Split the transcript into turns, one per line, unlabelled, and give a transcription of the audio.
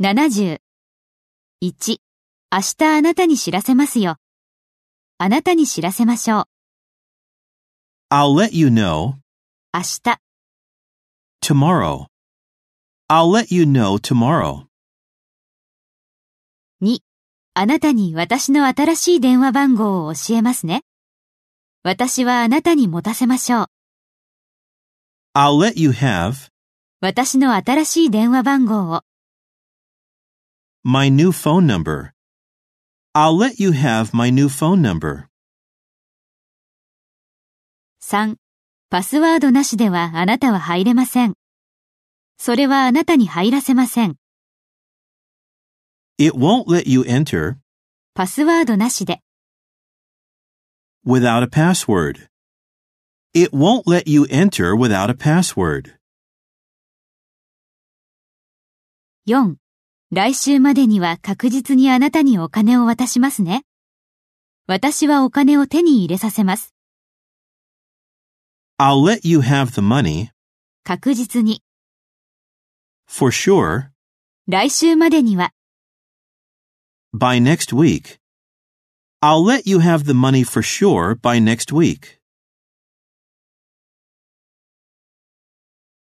70。1、明日あなたに知らせますよ。あなたに知らせましょう。
I'll let you know
明日、
tomorrow. I'll let you know tomorrow.
2、あなたに私の新しい電話番号を教えますね。私はあなたに持たせましょう。
I'll let you have
私の新しい電話番号を。
my new phone number. I'll let you have my new phone number.
3. パスワードなしではあなたは入れません。それはあなたに入らせません。
It won't let you enter
パスワードなしで。
without a password. It won't let you enter without a password.
4. 来週までには確実にあなたにお金を渡しますね。私はお金を手に入れさせます。
I'll let you have the money
確実に。
for sure
来週までには。
by next week. I'll let you have the money for sure by next week.